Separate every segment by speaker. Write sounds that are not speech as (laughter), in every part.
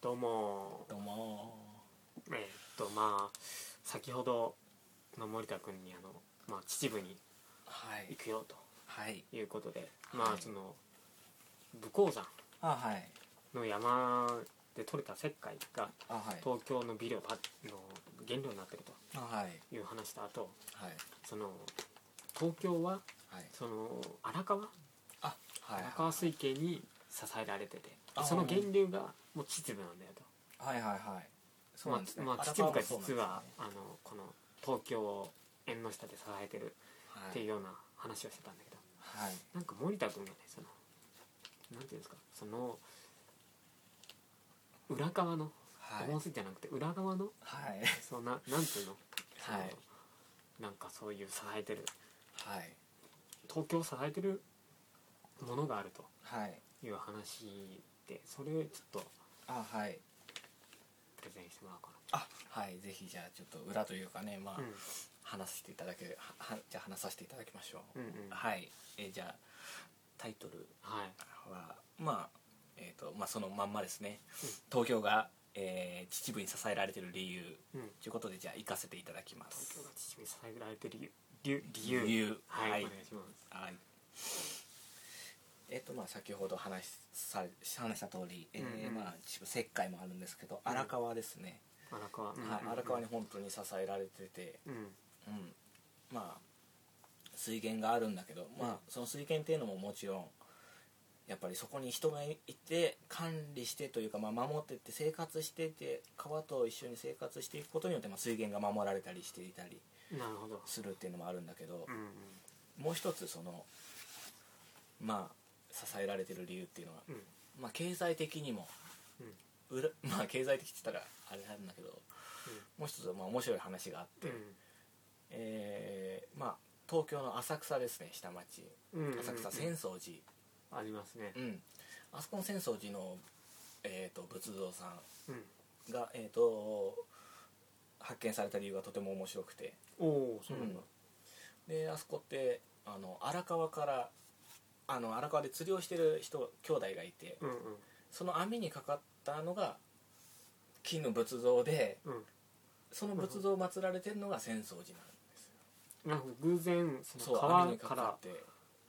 Speaker 1: どうも
Speaker 2: どうも
Speaker 1: えーっとまあ先ほどの森田君にあの、まあ、秩父に
Speaker 2: はい
Speaker 1: 行くよ
Speaker 2: はい
Speaker 1: ということでま
Speaker 2: は
Speaker 1: あ
Speaker 2: い
Speaker 1: その武甲山
Speaker 2: あはい
Speaker 1: の山で採れた石灰が
Speaker 2: あはい
Speaker 1: 東京のビルの原料になってる
Speaker 2: あはい
Speaker 1: という話とあと
Speaker 2: はい
Speaker 1: その東京は
Speaker 2: はい
Speaker 1: その荒川
Speaker 2: あはい
Speaker 1: 荒川水系に支えられてて
Speaker 2: あ
Speaker 1: その源流がもう秩父なんだよと。
Speaker 2: はいはいはいそうなんですね
Speaker 1: まあ、まあ、
Speaker 2: 荒
Speaker 1: 秩
Speaker 2: 川
Speaker 1: 父
Speaker 2: も
Speaker 1: が
Speaker 2: そうなんです
Speaker 1: 実
Speaker 2: ね
Speaker 1: は、あのこの東京を縁の下で支えてる
Speaker 2: はい
Speaker 1: っていうような話をしてたんだけど、
Speaker 2: はい
Speaker 1: なんか森田君がねそのなんていうんですかその裏側の
Speaker 2: はい
Speaker 1: 思いついてじゃなくて裏側の
Speaker 2: はい
Speaker 1: そんななんていうのその、
Speaker 2: はい
Speaker 1: なんかそういう支えてる
Speaker 2: はい
Speaker 1: 東京を支えてるものがあると
Speaker 2: はい
Speaker 1: いう話でそれをちょっと
Speaker 2: あはい
Speaker 1: プレゼンしてもらおうか
Speaker 2: あはいぜひじゃあちょっと裏というかねまあ、
Speaker 1: な。
Speaker 2: 話していただけははじゃあ話させていただきましょう、
Speaker 1: うん、うん、うん
Speaker 2: はいえじゃあタイトル
Speaker 1: はい
Speaker 2: はまあえーとまあ、そのまんまですね、
Speaker 1: うん
Speaker 2: 東京が、えー秩父に支えられてる理由
Speaker 1: うん
Speaker 2: ということでじゃあ行かせていただきま
Speaker 1: 東
Speaker 2: す
Speaker 1: 京が秩父に支えられてる理由理由
Speaker 2: はい、
Speaker 1: はい、お願いします。
Speaker 2: はいえっとまあ先ほど話しされ話した通り、えー
Speaker 1: うんうん
Speaker 2: まあ、秩父石灰もあるんですけど
Speaker 1: うん
Speaker 2: 荒川ですね、
Speaker 1: 荒川、うん
Speaker 2: はい、荒川に。本当に支えられてて、
Speaker 1: うん、
Speaker 2: うん、まあ水源があるんだけど、まあ、その水源っていうのももちろんやっぱりそこに人がいて管理してというか、まあ、守ってって生活してて川と一緒に生活していくことによって、まあ、水源が守られたりしていたり
Speaker 1: なるほど。
Speaker 2: するっていうのもあるんだけど
Speaker 1: う、ん、
Speaker 2: もう一つそのまあ支えられてる理由っていうのは、
Speaker 1: うん、
Speaker 2: まあ、経済的にも
Speaker 1: うん、うん、
Speaker 2: うらまあ経済的って言ったらあれなんだけどもう一つまあ面白い話があって、えーまあ東京の浅草ですね下町
Speaker 1: うん、うん、
Speaker 2: 浅草
Speaker 1: う
Speaker 2: 浅
Speaker 1: ん
Speaker 2: 草寺
Speaker 1: ありますね
Speaker 2: う。ん、あそこの浅草寺の、えー、と仏像さ
Speaker 1: うん、
Speaker 2: んが、えー、と発見された理由がとても面白くて
Speaker 1: おお、そうなんだ。
Speaker 2: であそこってあの荒川からあの荒川で釣りをしてる人兄弟がいて
Speaker 1: うん、うん、
Speaker 2: その網にかかったのが金の仏像で
Speaker 1: うん。
Speaker 2: その仏像を祀られてるのが浅草寺なんです
Speaker 1: なんか偶然、そ
Speaker 2: そう
Speaker 1: の
Speaker 2: 網
Speaker 1: 川
Speaker 2: に
Speaker 1: か
Speaker 2: からかって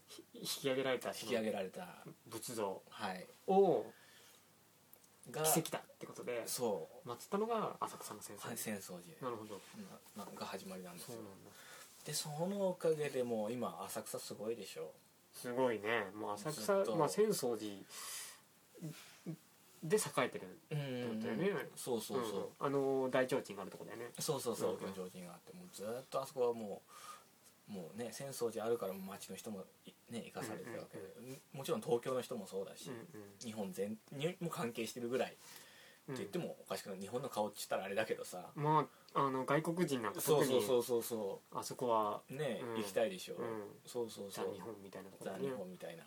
Speaker 1: ひ引き上げられた。
Speaker 2: 引き上げられた
Speaker 1: 仏像
Speaker 2: はい
Speaker 1: を
Speaker 2: が
Speaker 1: 奇跡だってことで。
Speaker 2: そ
Speaker 1: 祀ったのが浅草の先
Speaker 2: うはい
Speaker 1: 生。
Speaker 2: 浅草寺
Speaker 1: なるほど。
Speaker 2: ななが始まりなんです
Speaker 1: そ
Speaker 2: よ
Speaker 1: うなんだ。
Speaker 2: でそのおかげでもう今浅草すごいでしょ
Speaker 1: すごいね。もう浅草
Speaker 2: ずっ、と
Speaker 1: まあ浅草寺。で栄えてる。
Speaker 2: うん
Speaker 1: んだよね
Speaker 2: そうそうそう、
Speaker 1: うん。あの大提灯があるとこだよね。
Speaker 2: そうそうそう
Speaker 1: うん
Speaker 2: 御城寺があってもうずーっとあそこはもうもうね浅草寺あるからもう町の人もいね生かされてるわけで、もちろん東京の人もそうだし、
Speaker 1: うん、
Speaker 2: 日本全にも関係してるぐらいって
Speaker 1: うん。
Speaker 2: 言ってもおかしくない日本の顔って言ったらあれだけどさ、
Speaker 1: まああの外国人なんか
Speaker 2: そう
Speaker 1: 特
Speaker 2: そう
Speaker 1: に
Speaker 2: そうそうそ
Speaker 1: あそこは、
Speaker 2: うね、
Speaker 1: うん
Speaker 2: 行きたいでしょ、
Speaker 1: うん、
Speaker 2: そうそうそ
Speaker 1: ザ
Speaker 2: う
Speaker 1: 日本みたいなとこ
Speaker 2: ザ
Speaker 1: ろだね
Speaker 2: 日本みたいな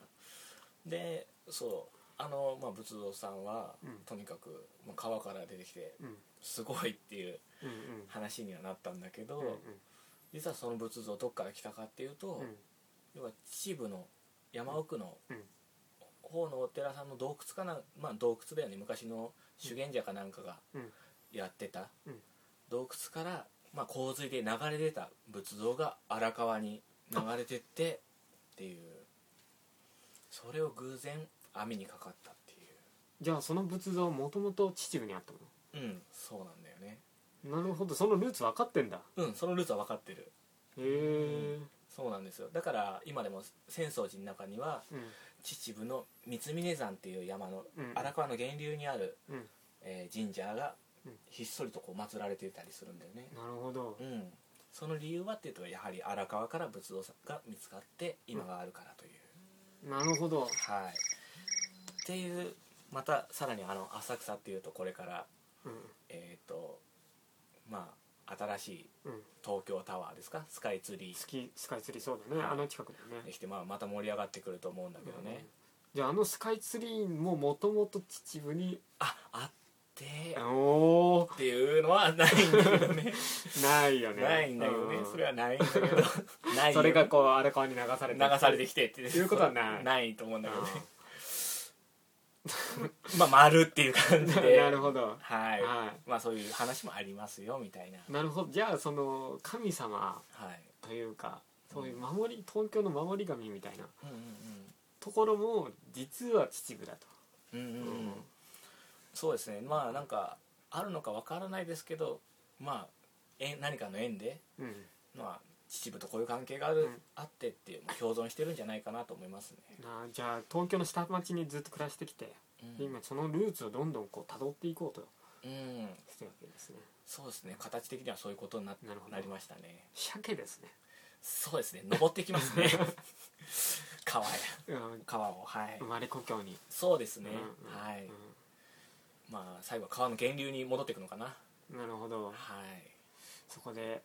Speaker 2: でそうあの、まあ、仏像さんは、
Speaker 1: うん
Speaker 2: とにかく、まあ、川から出てきて
Speaker 1: うん
Speaker 2: すごいっていう
Speaker 1: うん
Speaker 2: 話にはなったんだけど、
Speaker 1: うんうん
Speaker 2: 実はその仏像どっから来たかっていうと、
Speaker 1: うん
Speaker 2: 要は秩父の山奥の
Speaker 1: うん
Speaker 2: 方のお寺さんの洞窟かな、まあ、洞窟だよね昔の修験者かなんかが
Speaker 1: うん
Speaker 2: やってた、
Speaker 1: うん
Speaker 2: 洞窟から、まあ、洪水で流れ出た仏像が荒川に流れてってっていうそれを偶然網にかかったってい
Speaker 1: じゃあその仏像もともと秩父にあった
Speaker 2: ううんそうなんだよね
Speaker 1: のなるほどそのルーツ分かってんだ
Speaker 2: うんそのルーツは分かってる
Speaker 1: へえ
Speaker 2: そうなんですよだから今でも浅草寺の中には
Speaker 1: うん
Speaker 2: 秩父の三峯山っていう山の
Speaker 1: うん
Speaker 2: 荒川の源流にある、
Speaker 1: うん
Speaker 2: えー神社が
Speaker 1: うん
Speaker 2: ひっそりとこう祀られていたりするんだよね
Speaker 1: なるほど
Speaker 2: うんその理由はっていうとやはり荒川から仏像が見つかって今があるからという、
Speaker 1: なるほど
Speaker 2: はいっていうまたさらにあの浅草っていうとこれから
Speaker 1: うん
Speaker 2: えっ、とまあ新しい
Speaker 1: うん
Speaker 2: 東京タワーですかスカイツリ
Speaker 1: スキスカイツリーそうだね
Speaker 2: はい
Speaker 1: あの近くだよ
Speaker 2: ーで
Speaker 1: ね
Speaker 2: きて、まあ、また盛り上がってくると思うんだけどね、
Speaker 1: うんじゃああのスカイツリーももともと秩父に
Speaker 2: ああって
Speaker 1: おお
Speaker 2: っていうのはないんだけどね
Speaker 1: ないよね
Speaker 2: ないんだけどね
Speaker 1: う
Speaker 2: それはないん
Speaker 1: (laughs)
Speaker 2: だけどないよ
Speaker 1: それがこう荒川に流され
Speaker 2: 流
Speaker 1: て
Speaker 2: されてきてって
Speaker 1: いうことはない
Speaker 2: ないと思うんだけどね
Speaker 1: あ
Speaker 2: まあ丸っていう
Speaker 1: (laughs)
Speaker 2: 感じで
Speaker 1: なるほど
Speaker 2: はい、
Speaker 1: は
Speaker 2: まあそういう話もありますよみたいな、
Speaker 1: なるほどじゃあその神様
Speaker 2: はい
Speaker 1: というかそういう守り東京の守り神みたいな
Speaker 2: うん
Speaker 1: ところも実は秩父だと、
Speaker 2: うんうんうんうん
Speaker 1: うん
Speaker 2: そうですねまあなんかあるのかわからないですけどまあえ何かの縁で、
Speaker 1: うん、
Speaker 2: まあ、秩父とこういう関係がある、
Speaker 1: うん
Speaker 2: あってっていうまあ共存してるんじゃないかなと思いますね、
Speaker 1: なあじゃあ東京の下町にずっと暮らしてきて
Speaker 2: うん
Speaker 1: 今そのルーツをどんどんこう辿っていこうと
Speaker 2: うん
Speaker 1: してるわけですね
Speaker 2: そうですね形的にはそういうことにな
Speaker 1: なるほど
Speaker 2: なりましたね
Speaker 1: 鮭ですね、
Speaker 2: そうですね登ってきま
Speaker 1: (laughs)
Speaker 2: すね川へ
Speaker 1: うん、
Speaker 2: 川をはい
Speaker 1: 生まれ故郷に、
Speaker 2: そうですね、
Speaker 1: うんうん
Speaker 2: はい、
Speaker 1: う
Speaker 2: まあ最後は川の源流に戻っていくのかな、
Speaker 1: んなるほど
Speaker 2: はい
Speaker 1: そこで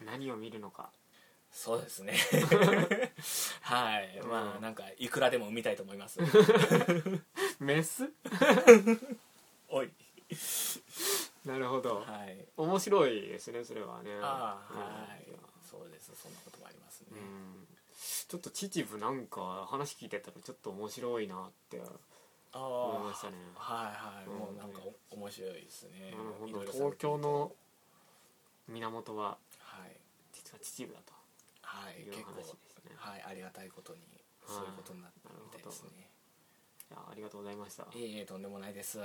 Speaker 1: 何を見るのか
Speaker 2: そうです
Speaker 1: (laughs)
Speaker 2: ねはいま
Speaker 1: う
Speaker 2: あ
Speaker 1: ん
Speaker 2: なんかいくらでも産みたいと思い
Speaker 1: (laughs)
Speaker 2: ます
Speaker 1: メス
Speaker 2: おい
Speaker 1: なるほど、
Speaker 2: はい
Speaker 1: 面白いですねそれはね
Speaker 2: ああ
Speaker 1: うん
Speaker 2: はい
Speaker 1: や
Speaker 2: そうですそんなこともありますね
Speaker 1: う、んちょっと秩父なんか話聞いてたらちょっと面白いなって
Speaker 2: あ
Speaker 1: 思い
Speaker 2: あ
Speaker 1: ましたね
Speaker 2: はいはい、
Speaker 1: うん
Speaker 2: もうなんかお面白いですね
Speaker 1: なるほ
Speaker 2: いろい
Speaker 1: ど
Speaker 2: ろ
Speaker 1: 東京の源は
Speaker 2: はい
Speaker 1: 実は秩父だと
Speaker 2: はい
Speaker 1: いう
Speaker 2: 結
Speaker 1: 話
Speaker 2: 構
Speaker 1: ですね
Speaker 2: はいありがたいことに
Speaker 1: はい
Speaker 2: そういうことになったみたいですね
Speaker 1: いやありがとうございました
Speaker 2: いえいえとんでもないです